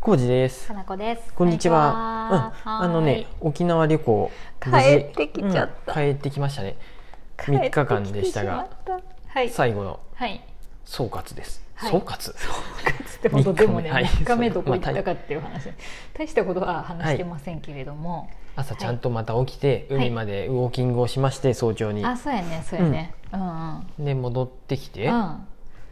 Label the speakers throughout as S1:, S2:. S1: コウジです
S2: か。なこです。
S1: こんにちは。うん、あのね、沖縄旅行。無事
S2: 帰ってきちゃっ
S1: う
S2: た
S1: ん帰ってきましたね。
S2: はー
S1: 3
S2: い
S1: 日間でしたが。
S2: 帰ってきてしまったはい。
S1: 最後の
S2: はい。
S1: 総括です。
S2: はい
S1: 総括。
S2: かつて ほ
S1: 三
S2: ど
S1: 日目
S2: でもね、
S1: はい
S2: 3日目どこ
S1: ま
S2: 行
S1: あたい
S2: ったかっていう話、大したことは話してませんけれども、
S1: 朝ちゃんとまた起きて、
S2: はい
S1: 海までウォーキングをしまして、早朝に。
S2: あ、そうやね、そうやね。うんうん。
S1: で、戻ってきて、
S2: うん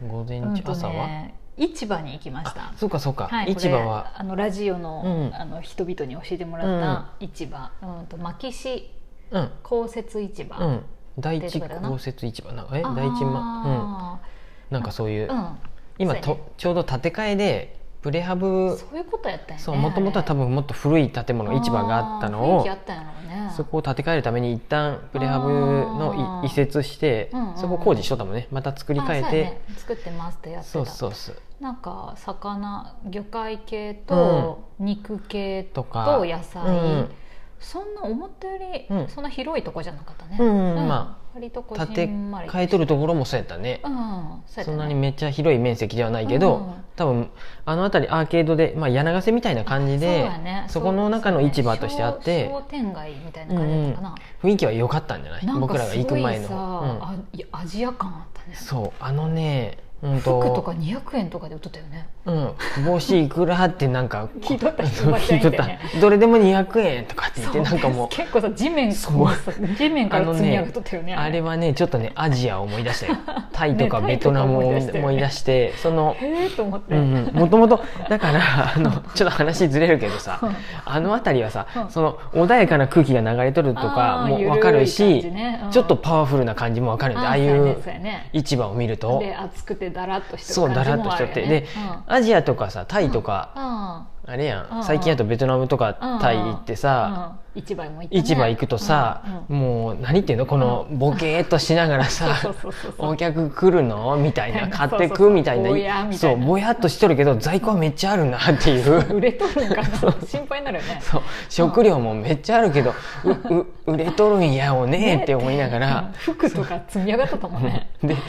S1: 午前
S2: うん
S1: 中、
S2: と
S1: 朝は。
S2: ね、市場に行きました
S1: あ、。そうか、そうか
S2: は。い、
S1: 市場は
S2: これ。あのラジオの,、
S1: うん
S2: あの人々に教えてもらった市場、うん、と牧師
S1: うん。
S2: 公設市場、
S1: うん。第
S2: って
S1: 一
S2: ことだな
S1: 公設市場なえ
S2: あー
S1: 第一まうんなんかそういう、
S2: うん、
S1: 今
S2: そうや
S1: と
S2: ね
S1: ちょうど建て替えでプレハブ
S2: そういうことやったんやね
S1: そうもともとは多分もっと古い建物市場があったの
S2: あー雰囲気あ
S1: を
S2: ったんやろうね
S1: そこを建て替えるために一旦プレハブの
S2: あー
S1: い移設して、
S2: うんうんうん
S1: そこ工事しとったもんねまた作り替え
S2: あそう
S1: て
S2: やね作ってますってやってた
S1: そう,、そうそう
S2: なんか魚魚介系と肉系
S1: と
S2: と
S1: か
S2: 野菜、
S1: うん
S2: そんな思ったより、
S1: うん
S2: そんな広いとこじゃなかったね、
S1: うんうんま
S2: あ割とこ
S1: 建
S2: じ
S1: て
S2: んまり
S1: 買い取るところもそうやったね、
S2: うんそうやったね
S1: そんなにめっちゃ広い面積ではないけど、
S2: うんうん
S1: 多分あの辺りアーケードで、まあ、柳ヶ瀬みたいな感じで
S2: そうやね
S1: そこの中の市場としてあって
S2: そうそうね商商店街みたいな感じだったかな、
S1: 雰囲気は良かったんじゃない
S2: なんか
S1: 僕らが行く前の
S2: すごいさ、
S1: 方、
S2: あいやアジア感あった
S1: う
S2: ね
S1: んそうあのね、うんと、
S2: 服とか200円とかで売っとったよね
S1: うん、帽子いくらってなん か
S2: 聞いとった人おばちゃ
S1: 聞
S2: ん
S1: い
S2: い
S1: と
S2: た
S1: っ
S2: よ
S1: た
S2: ね
S1: どれでも200円とかって言ってなんかもう
S2: 結構さ地面
S1: そう
S2: 地面から積み上がっとったよね
S1: あれはねちょっとねアジアを思い出したよタイとか
S2: ね
S1: ベトナムを
S2: タ
S1: 思
S2: イとか
S1: い
S2: 思い
S1: 出
S2: 出
S1: してそ の
S2: へえと思って、
S1: うんうんもともとだからあのちょっと話ずれるけどさ
S2: うん
S1: あの辺りはさ、
S2: うん
S1: その穏やかな空気が流れとるとか
S2: あー
S1: も
S2: ゆるい
S1: 分かるし
S2: 感じねうん
S1: ちょっとパワフルな感じも分かるんでああい
S2: そうやね
S1: う
S2: そうやね
S1: 市場を見ると
S2: で暑くてだらっとして
S1: そうだらっとしとって、で、アジアとかさタイとか、あれやん、
S2: うん
S1: 最近やとベトナムと
S2: うんう
S1: か
S2: ん
S1: タイ行ってさ、
S2: うん、市場も行ったね
S1: 市場行くとさ、
S2: うん
S1: もう何言っていうのこのボケーっとしながらさ
S2: そうそうそ
S1: 「
S2: うそう
S1: お客来るの?」みたいな「
S2: みた
S1: 買
S2: いな
S1: って
S2: そうそ
S1: く?」
S2: うそう
S1: みたいな
S2: ぼやみた
S1: そ
S2: いうな
S1: ぼやっとしとるけど在庫はめっちゃあるなっていう
S2: 売 れとるんかな心配になるよね
S1: そう 食料もめっちゃあるけど「うう売れとるんやをね」って思いなが
S2: うん
S1: ら。
S2: 服とか積み上がっとったもんね
S1: で、
S2: うん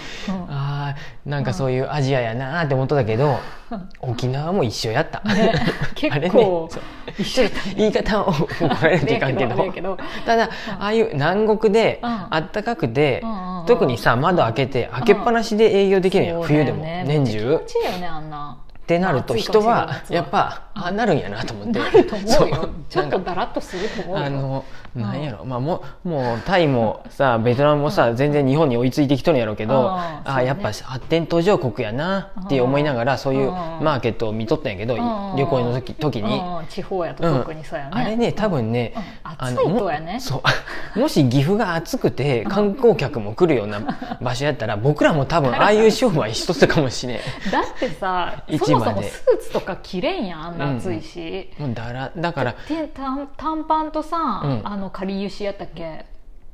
S1: あーなんかそういうアジアやなーって思っとったけど、沖縄も一緒やった、
S2: ね
S1: あれ
S2: 結
S1: ね
S2: 構
S1: そう
S2: 一緒やった
S1: 言い方を怒られるといかんけど
S2: あれやけどあれやけど
S1: ただああいう南国で
S2: うん
S1: あったかくて
S2: うんうんうん
S1: 特にさ窓開けて開けっぱなしで営業できるやん冬でも
S2: そうだよね
S1: 年
S2: めっ
S1: 中
S2: ちゃ気持ちいいよねあんな
S1: ってなると
S2: まあ暑いか
S1: 人
S2: もしれない
S1: は
S2: 夏は
S1: やっぱああなるんやなと思って
S2: なると思う
S1: そ
S2: よちょっ
S1: な
S2: と
S1: んか
S2: だらっとすると思うよ
S1: あの
S2: うん
S1: なんやろまあもうもうタイもさベトナムもさ全然日本に追いついてきとるんやろうけ
S2: うん
S1: ど
S2: そう
S1: あ
S2: ね
S1: やっぱ発展途上国やなって思いながらそういうマーケットを見とったんやけど
S2: うん
S1: 旅行の時時に
S2: うんうん地方やと
S1: うん
S2: 特にそうやね、
S1: あれね多分ね、
S2: うん
S1: あの
S2: 暑いとやね
S1: もそう もし岐阜が暑くて観光客も来るよう な場所やったら僕らも多分ああいう商売しとったかもしれん
S2: だって さ
S1: 市場
S2: そ
S1: で
S2: もそもスーツとか着れんやんあんな暑いし、
S1: もうだらだから
S2: て短短パンとさ、
S1: うん
S2: あの仮ゆしやったっけ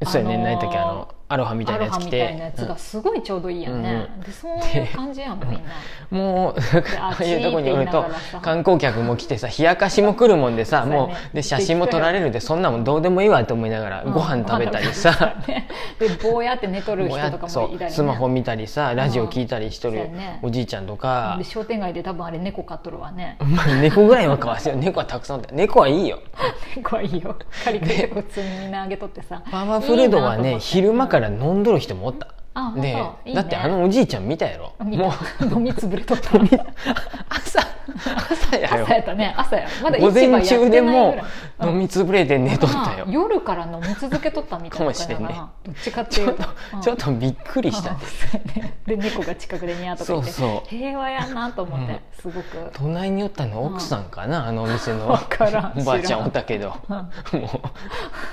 S1: そうやね、
S2: あのー
S1: 何やったっけあのアロハみたい
S2: ア
S1: なや
S2: ロハ
S1: つ着
S2: みたいなや
S1: て
S2: つがすごいちょうどいいやんね、
S1: うん
S2: でそういう感じやもんみんな
S1: うんもうああいうとこにおると
S2: 暑いって言いながらさ
S1: 観光客も来てさ冷やかしも来るもんでさ
S2: そうやね
S1: もうで写真も撮られるでそんなもんどうでもいいわと思いながら ご飯食べたりさ、
S2: うんでぼうやって寝とる
S1: もうや
S2: 人と
S1: っ
S2: か
S1: そ
S2: もいたり、ね、
S1: うスマホ見たりさラジオ聞いたりしと
S2: うん
S1: る
S2: そうやね
S1: おじいちゃんとか、
S2: で商店街で多分あれ猫飼っとるわね
S1: まあ 猫ぐらいはかわせよ猫はたくさんおった猫はいいよ
S2: 猫はいいよカリカリでこう積み投げとってさ
S1: パワフル度はい
S2: い
S1: ね
S2: なと思って
S1: 昼間から飲んどる人もおった
S2: あ
S1: で
S2: 本当いいね
S1: だってあのおじいちゃん見たやろ
S2: 見た
S1: もう
S2: 飲みつぶれとった
S1: 朝朝やよ
S2: 朝やったね朝やまだ
S1: 午
S2: 市場
S1: 前
S2: やってない
S1: 中
S2: ぐ
S1: で
S2: らい
S1: も
S2: う
S1: 飲
S2: ん
S1: みつぶれて寝とったよ
S2: まあ夜から飲み続けとったみたいな感じだ
S1: かも
S2: な
S1: しれんね
S2: どっちかって
S1: ち
S2: い
S1: ょっ
S2: う
S1: と
S2: うん
S1: ちょっとびっくりした
S2: うんそうやねで猫が近くでニャーとか言って
S1: そうそう
S2: 平和やなと思って、すごく
S1: 隣におったの奥さんかなあのお店の
S2: わからん
S1: おばあちゃんおったけども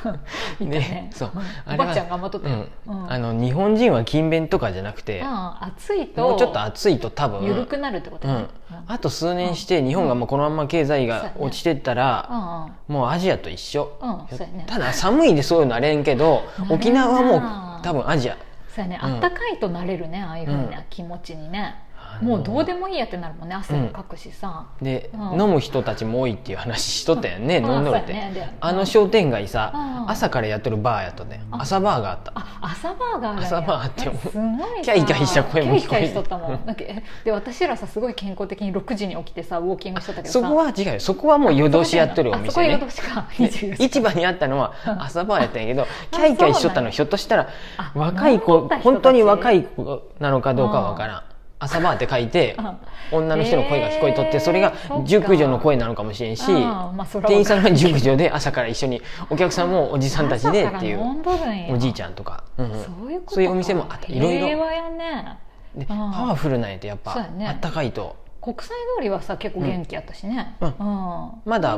S1: う
S2: いたね
S1: そう
S2: うん
S1: あれは
S2: おばあちゃん頑張っとったよ
S1: う
S2: うんん
S1: あの日本人は勤勉とかじゃなくて
S2: うん暑いと
S1: もうちょっと暑いと多分
S2: 緩くなるってこと
S1: う
S2: ね、うん
S1: ん、あと数年して日本がもうこのまま経済が落ちてった
S2: う
S1: ら、
S2: んうん
S1: もうアジアと一緒、
S2: うんそうやね
S1: ただ寒いでそういうのあれんけど
S2: なれんな
S1: 沖縄はもう多分アジア
S2: そうやね
S1: うん
S2: あったかいとなれるねああいうふう
S1: うん
S2: な気持ちにね、
S1: ああの
S2: もうどうでもいいやってなるもんね汗もかくしさ、
S1: で、
S2: うん
S1: 飲む人たちも多いっていう話しとったやんね
S2: あ
S1: 飲んどるって、
S2: そうやねで
S1: あの商店街さ、
S2: うん
S1: 朝からやっとるバーやったね
S2: あ
S1: 朝バーがあった
S2: あ朝バーガーが
S1: 朝バーってもう
S2: すごい
S1: キャイキャイした声も聞こえる
S2: るキャイキャイしとったもんなんかえで私らさすごい健康的に6時に起きてさウォーキングしとったけどさ
S1: そこは違うよそこはもう夜通しやっとるお
S2: あそこ
S1: 店
S2: は
S1: ね
S2: 夜通しか
S1: で
S2: 24時
S1: 市場にあったのは朝バーやったんやけどキ
S2: あ
S1: ャイキャイしとったの
S2: そうなんや
S1: ひょっとしたら
S2: あ
S1: 若い
S2: 名乗
S1: 子
S2: った人たち
S1: 本当に若い子なのかどうかは分からん朝バーって書いて
S2: うん
S1: 女の人の声が聞こえとっ
S2: へ
S1: て
S2: ー
S1: それが
S2: そっか
S1: 熟女の声なのかもしれんし
S2: うんまあそら
S1: 店員さんが熟女で朝から一緒にお客さんもおじさんたちでってい
S2: 朝から飲
S1: うん
S2: どるんや
S1: おじいちゃんとかうんうん
S2: そういうこと
S1: そういうお店もあったいろい
S2: 平
S1: ろ
S2: 和やね
S1: で
S2: う
S1: パ
S2: ん
S1: ワフルなんやてやっ
S2: そう
S1: ぱ
S2: やね
S1: あったかいと
S2: 国際通りはさ結構元気やったしね
S1: うん
S2: ま
S1: まだ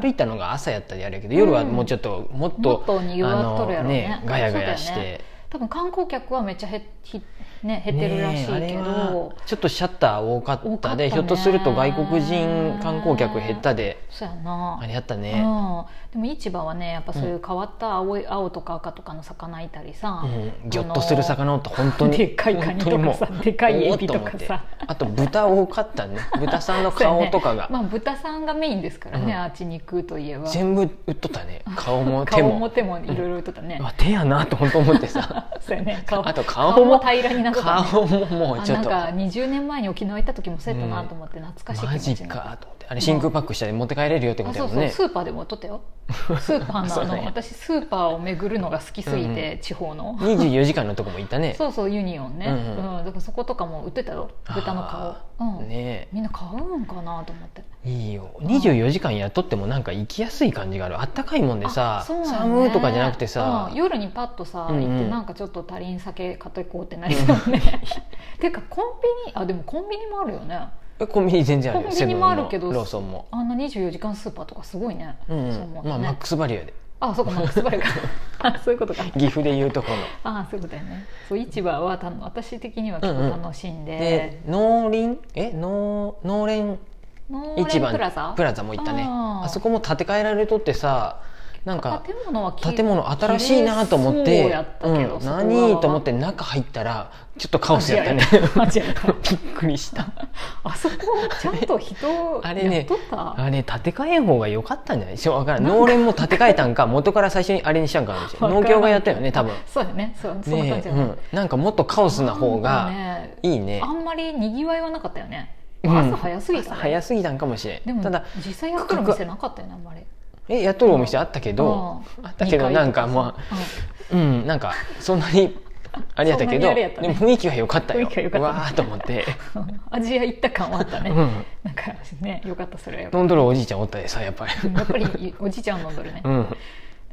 S1: 歩
S2: い
S1: いたのが朝やったりあれやけど夜はもうちょっともっ
S2: も
S1: と
S2: っと賑わっとるやろうね
S1: あのガヤガヤし
S2: そうだよ
S1: て。
S2: 多分観光客はめっちゃ減っひね減ってるらしい
S1: ねえ
S2: け
S1: あれは
S2: ど
S1: ちょっとシャッター多か
S2: 多
S1: っ
S2: かったたね
S1: でひょっとすると外国人観光客減ったで
S2: そうやな
S1: あれやった
S2: う
S1: ね、
S2: んでも市場はねやっぱそういう変わった青い青とか赤とかの魚いたりさ
S1: うん、ギョッとする魚って本当に
S2: でっかいカニとか
S1: 本当
S2: さ
S1: にもう
S2: でかいエビと
S1: おおっ思
S2: か
S1: って
S2: さ
S1: あと豚多かった ね豚さんの
S2: そうや
S1: 顔
S2: ね
S1: とかが
S2: まあ豚さんがメインですからね、
S1: うん
S2: アーチ肉といえば
S1: 全部売っとったね顔も手
S2: 顔
S1: も
S2: も手もいろいろ言っとったね
S1: う、わ手やなと本当思ってさ
S2: そうやね
S1: あと顔も
S2: 平ら になっとったね
S1: 顔ももう
S2: あ
S1: ちょ
S2: な
S1: っ
S2: ん
S1: と
S2: か20年前に沖縄行った時もそうやったなと思って懐かしい気
S1: マ
S2: 持ち
S1: ジ
S2: になった
S1: かと思ってあれ真空パックしたで持って帰れるよってこ
S2: あ
S1: とやも
S2: そうそ
S1: ん
S2: う、
S1: ね
S2: スーパーでも売っとった よスーパーの
S1: そう
S2: あ
S1: ね
S2: の私スーパーを巡るのが好きすぎて、地方の
S1: 24時間のとこも行ったね
S2: そうそうユニオンね、う
S1: うんんうん
S2: だからそことかも売ってたよ豚の
S1: あ
S2: 顔、
S1: ー
S2: うん
S1: ね
S2: みんな買うんかなと思って
S1: いいよ24時間やっとってもなんか行きやすい感じがあるあったかいもんでさ、
S2: あそうなんやね
S1: 寒いとかじゃなくてさ
S2: うん、夜にパッとさ、
S1: うんうん
S2: 行ってなんかちょっと足りん酒買っていこうってなりそうね ていうかコンビニあでもコンビニもあるよね
S1: えコンビニ全然ある
S2: コ
S1: よ
S2: ンビニもあるけ
S1: セ
S2: ど
S1: ブンもローソンも、
S2: あんな24時間スーパーとかすごいね、
S1: うんうん
S2: そう思うと
S1: まあ、
S2: ね、
S1: マックスバリューで
S2: あそうかマックスバレーか あそういうことか
S1: 岐阜でいうところの
S2: あそういうことだよねそう市場はたの私的には結構楽しんで
S1: で、農林え農農連
S2: 農連
S1: 市場
S2: プラザ
S1: プラザも行ったね
S2: あ
S1: あ
S2: ー
S1: そこも建て替えられとってさなんか
S2: 建物はき
S1: 建物新しいなと思っ
S2: 綺麗
S1: て
S2: そうやったけど
S1: うん、
S2: 外側は
S1: 何と思って中入ったらちょっとカオスやったね
S2: 間違え た
S1: びっくりした
S2: あそこちゃんと人を
S1: あれね
S2: やっとった
S1: あれ建て替えん方が良かったんじゃないしょうわからん農連も建て替えたんか元から最初にあれにしたんかもしれん
S2: わからん
S1: 農協がやったよね多分
S2: そうだねそうそんな感
S1: ね
S2: じ
S1: え、
S2: だ
S1: う
S2: ね
S1: ん、なんかもっとカオスな方
S2: なん
S1: が
S2: かね
S1: いいね
S2: あんまりにぎわいはなかったよね
S1: うん
S2: 朝早すぎた
S1: 朝
S2: ね
S1: 早すぎたんかもしれ
S2: で
S1: ん
S2: も
S1: ただ
S2: 実際やってるお店なかったよねあんまり
S1: えやっとるお店あったけど
S2: うん
S1: あったけどなんかまあうんなんかそんなにあれやったけ
S2: そんなに
S1: ど
S2: あれやったね
S1: でも雰囲気は良かったよ
S2: 雰囲気は良かったね
S1: わーっと思って、
S2: うんアジア行った感はあったね、
S1: うん、
S2: なんかねよかったそれはよかっ
S1: 飲んどるおじいちゃんおったでさやっぱり
S2: た うんやっぱりおじいちゃん飲んどるね、
S1: うん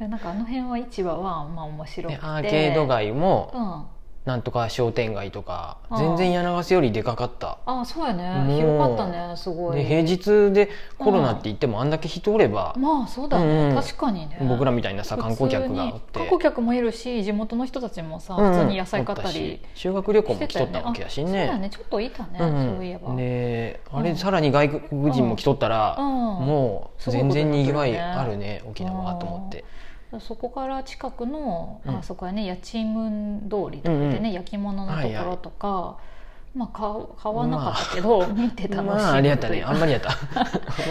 S2: でなんかあの辺は市場はまあ面白く
S1: で
S2: て
S1: アーケード街
S2: う
S1: も
S2: んあ
S1: なんとか商店街とか
S2: あー
S1: 全然柳ヶ瀬よりでかかった
S2: あそうやね
S1: もう
S2: 広かったねすごい
S1: で平日でコロナって言ってもあんだけ人おれば
S2: まあそうだね、
S1: うんうん
S2: 確かにね
S1: 僕らみたいなさ観光客がおっ
S2: 普通に
S1: て
S2: 観光客もいるし地元の人たちもさ、
S1: うん
S2: 普通に野菜買った
S1: お
S2: り
S1: し修学旅行
S2: し
S1: も
S2: て
S1: 来
S2: た
S1: と
S2: よ
S1: っ
S2: ね
S1: たわけやし
S2: あそうだ
S1: ね
S2: ねちょっといたね、
S1: うん
S2: そういえば、
S1: であ
S2: う
S1: れ
S2: ん
S1: さらに外国人も来とったら
S2: うん
S1: もう全然にぎわいあるね沖縄はと思って
S2: そこから近くの、
S1: うん
S2: あそこはね八千文通りとかでね、
S1: うんうん
S2: 焼き物のところとか、まあ買う買わなかったけど、見て楽しい
S1: まああれやったねあんまり やった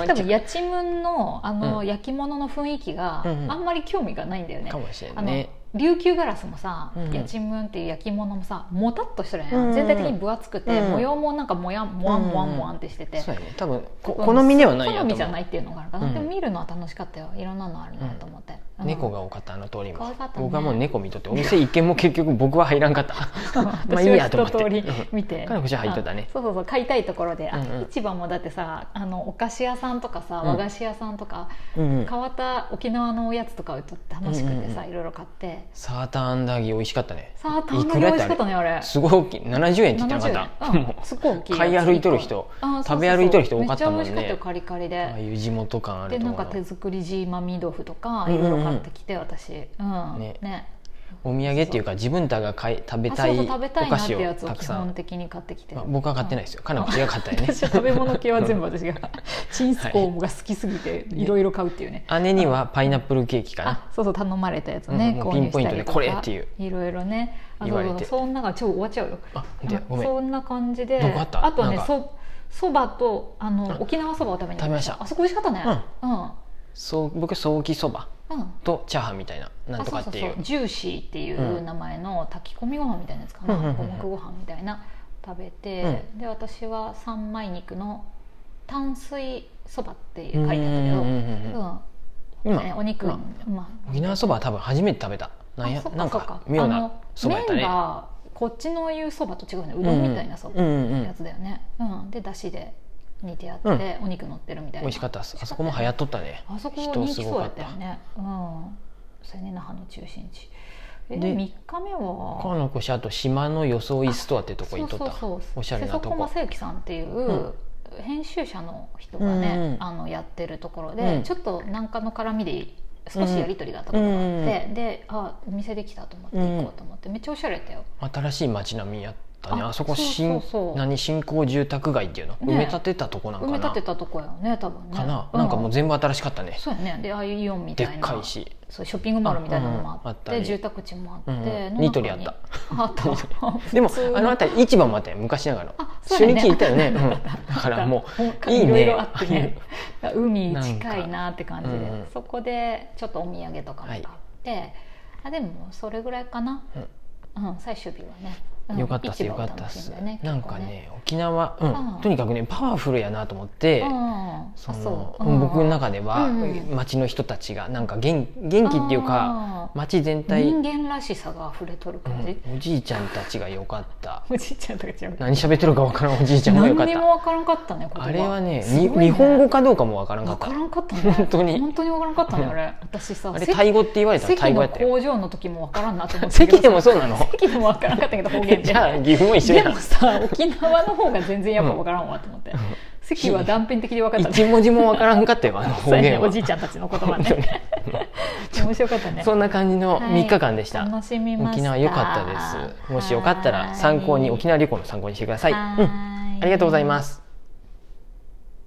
S2: 多分八千文のあの、
S1: うん
S2: 焼き物の雰囲気が、
S1: うんうん
S2: あんまり興味がないんだよね
S1: かもしれ
S2: あ
S1: ん
S2: の
S1: ね
S2: 琉球ガラスもさ、
S1: うんうん
S2: やちむんっていう焼き物もさもたっとしてるやん、
S1: うんうん
S2: 全体的に分厚くて、
S1: うん
S2: 模様もなんかもやんもわんもわんもわんってしてて、
S1: そうやね多分こ
S2: 多分
S1: 好みではないや
S2: 好
S1: と
S2: みじ
S1: 思
S2: ゃな
S1: う
S2: いっていうのがあるかな、
S1: うん
S2: でも見るのは楽しかったよいろんなのあるなと思って、うん
S1: 猫 が多かったあの通りも
S2: 可愛かったね
S1: 僕はもう猫見とってお店一軒も結局僕は入らんかったまあいいやと思って
S2: 私は一通り見て、
S1: うん彼女入っとったね
S2: あそうそうそう買いたいところで、あ
S1: うんうん
S2: 市場もだってさあのお菓子屋さんとかさ
S1: うん
S2: 和菓子屋さんとか、
S1: うんうん
S2: 変わった沖縄のおやつとかをちょっと楽しくてさ、
S1: うんうんうん
S2: いろいろ買って
S1: サーターアンダギー美味しかったね
S2: さあたまに美味しかったねあれ
S1: すごい大きい70円って言ってなか
S2: 70
S1: った
S2: 円、
S1: も
S2: うん、すごい大きいやつ
S1: 買い歩いとる人
S2: あそうそうそう
S1: 食べ歩いとる人多かったもんね
S2: めっちゃ美味しかったよカリカリ
S1: うああ
S2: で
S1: いう地元感ある
S2: で
S1: と
S2: なん
S1: こ
S2: か
S1: ろ
S2: 手作りジーマミー豆腐とか
S1: うん
S2: い
S1: うんうん
S2: ろいろ買ってきて私うん
S1: ね
S2: ね
S1: お土産っていうか自分たちが買い食べ
S2: あ
S1: た
S2: そう
S1: い
S2: そう食べた
S1: お
S2: い
S1: 菓
S2: なって
S1: 子
S2: や
S1: を
S2: つを
S1: たく
S2: 基
S1: さ
S2: 本
S1: ん
S2: 的に買ってきて
S1: まあ僕は買ってないですよかなこちが買ったよね
S2: 私は食べ物系は全部私がチンスコームが好きすぎていろいろ買うっていうね
S1: 姉にはパイナップルケーキかな
S2: あそうそう頼まれたやつね、
S1: うんもう
S2: 購入
S1: ピンポイントで
S2: したりとか
S1: これっていう
S2: いろいろねあ
S1: 言われ
S2: そう
S1: て
S2: そうそんなが超終わっちゃうよ
S1: あでごめん
S2: そんな感じで
S1: なんかあった
S2: あとはね
S1: なんか
S2: そそばとあの
S1: うん
S2: 沖縄そばを食べに行き
S1: 食べました
S2: あそこ美味しかったねうんうん、
S1: そう僕ソーキそばとチャーハンみたいなな
S2: あ
S1: んと
S2: そ
S1: か
S2: うそ
S1: っ
S2: う
S1: てい
S2: そううジューシーってい
S1: ん
S2: う名前の炊き込みご飯みたいなやつかな、
S1: うんうんうん
S2: 五目ご飯みたいな食べて、で私は三枚肉の淡水そばって書いてあったけど、
S1: うんうんうんうん
S2: うん
S1: 今
S2: ねお肉、
S1: 今
S2: まあ
S1: 沖縄そばは多分初めて食べたなんや
S2: あそっ
S1: なん
S2: そっ
S1: か妙
S2: あ
S1: な
S2: の
S1: そばやったね
S2: 麺がこっちの言うそばと違うねうどんみたいなそば
S1: うんうんうんうん
S2: やつだよね、うんでだしで煮てあって、
S1: う
S2: お肉乗ってるみたいな
S1: 美味しかったですあそこも流行っとったね
S2: あそこ人気そうやったよねうんそうやね那覇の中心地え
S1: で
S2: で3日目
S1: 他
S2: は
S1: のしあと島の装いストアってとこ行っとった
S2: そうそうそう
S1: おしゃれなと
S2: 瀬底
S1: こ
S2: 正幸さんっていう、
S1: ん
S2: 編集者の人がね、
S1: うんうん
S2: あのやってるところで、
S1: うん
S2: ちょっと何かの絡みで少しやり取りがあったことがあって、であお店できたと思って行こうと思って、めっちゃおしゃれだよ
S1: 新しい街並みやったね
S2: あ
S1: あそこ
S2: そうそう
S1: 新
S2: そう
S1: 何新興住宅街っていうの
S2: ね
S1: 埋め立てたとこなん
S2: 埋め
S1: かな
S2: 立てたとこやよね多分ね
S1: かななんかもう全部新しかったね
S2: そうやねでああいうイオンみた
S1: で
S2: いな
S1: っかいし
S2: そうショッピングモールみたいなのもあ
S1: う
S2: っ
S1: んうんあった
S2: て
S1: り
S2: 住宅地もあ
S1: うんうん
S2: っての中に
S1: ニトリあった
S2: あ った
S1: でも
S2: 普通
S1: あの辺り市場もあったよ昔ながら
S2: あそう
S1: 初
S2: や
S1: 日
S2: ね
S1: 行ったよねうん だからもういい
S2: いろい
S1: ね
S2: ろあってね海近いなって感じで、
S1: なんかうん
S2: そこでちょっとお土産とかも買って、あでもそれぐらいかな、うん最終日はね、うん
S1: よかったっす
S2: 市
S1: よ
S2: 場を
S1: かったっ
S2: 楽し
S1: す
S2: んだね
S1: なんかね沖縄う
S2: うんん
S1: とにかくねパワフルやなと思って
S2: 結構ねうん
S1: そ
S2: あ
S1: の
S2: ううん
S1: 僕の中では
S2: うんうん
S1: 町の人たちがなんか元元気っていうか
S2: あー
S1: 町全体
S2: 人間らしさが溢れとる感じ、
S1: うんおじいちゃんたちが良かった
S2: おじいちゃんとか違う
S1: 何喋ってるか分からんおじいちゃんが良
S2: 何
S1: かっ
S2: に
S1: た
S2: もわからんかったね言葉
S1: あれはね
S2: す
S1: に
S2: ごいね
S1: 日本語かどうかも分からんか
S2: わ
S1: っ
S2: か
S1: た
S2: らんかったね
S1: 本当に
S2: 本当にわからんかったね
S1: うん
S2: あれ私さ
S1: あれタイ語って言われたらタイ
S2: 席
S1: 語や
S2: の
S1: ったよ
S2: 工場の時もわからんなと思って
S1: 席でもそうなの
S2: 席でもわからんかったけど方言で
S1: じゃあ岐阜も一緒
S2: で
S1: や
S2: も
S1: ん
S2: さ沖縄の方が全然やっぱわからんわと思って、席は断片的に分かった
S1: 一
S2: ね
S1: 文字も分からんかったよあの方
S2: そうやね
S1: 言
S2: お
S1: は
S2: じいちゃんたちの言葉
S1: 本当に
S2: ね面白かった ね
S1: そんな感じの
S2: はい
S1: 3日間でした、
S2: 楽しみました
S1: 沖縄良かったですもしよかったら参考に沖縄旅行の参考にしてください、うん、あ
S2: あ
S1: りがとうございます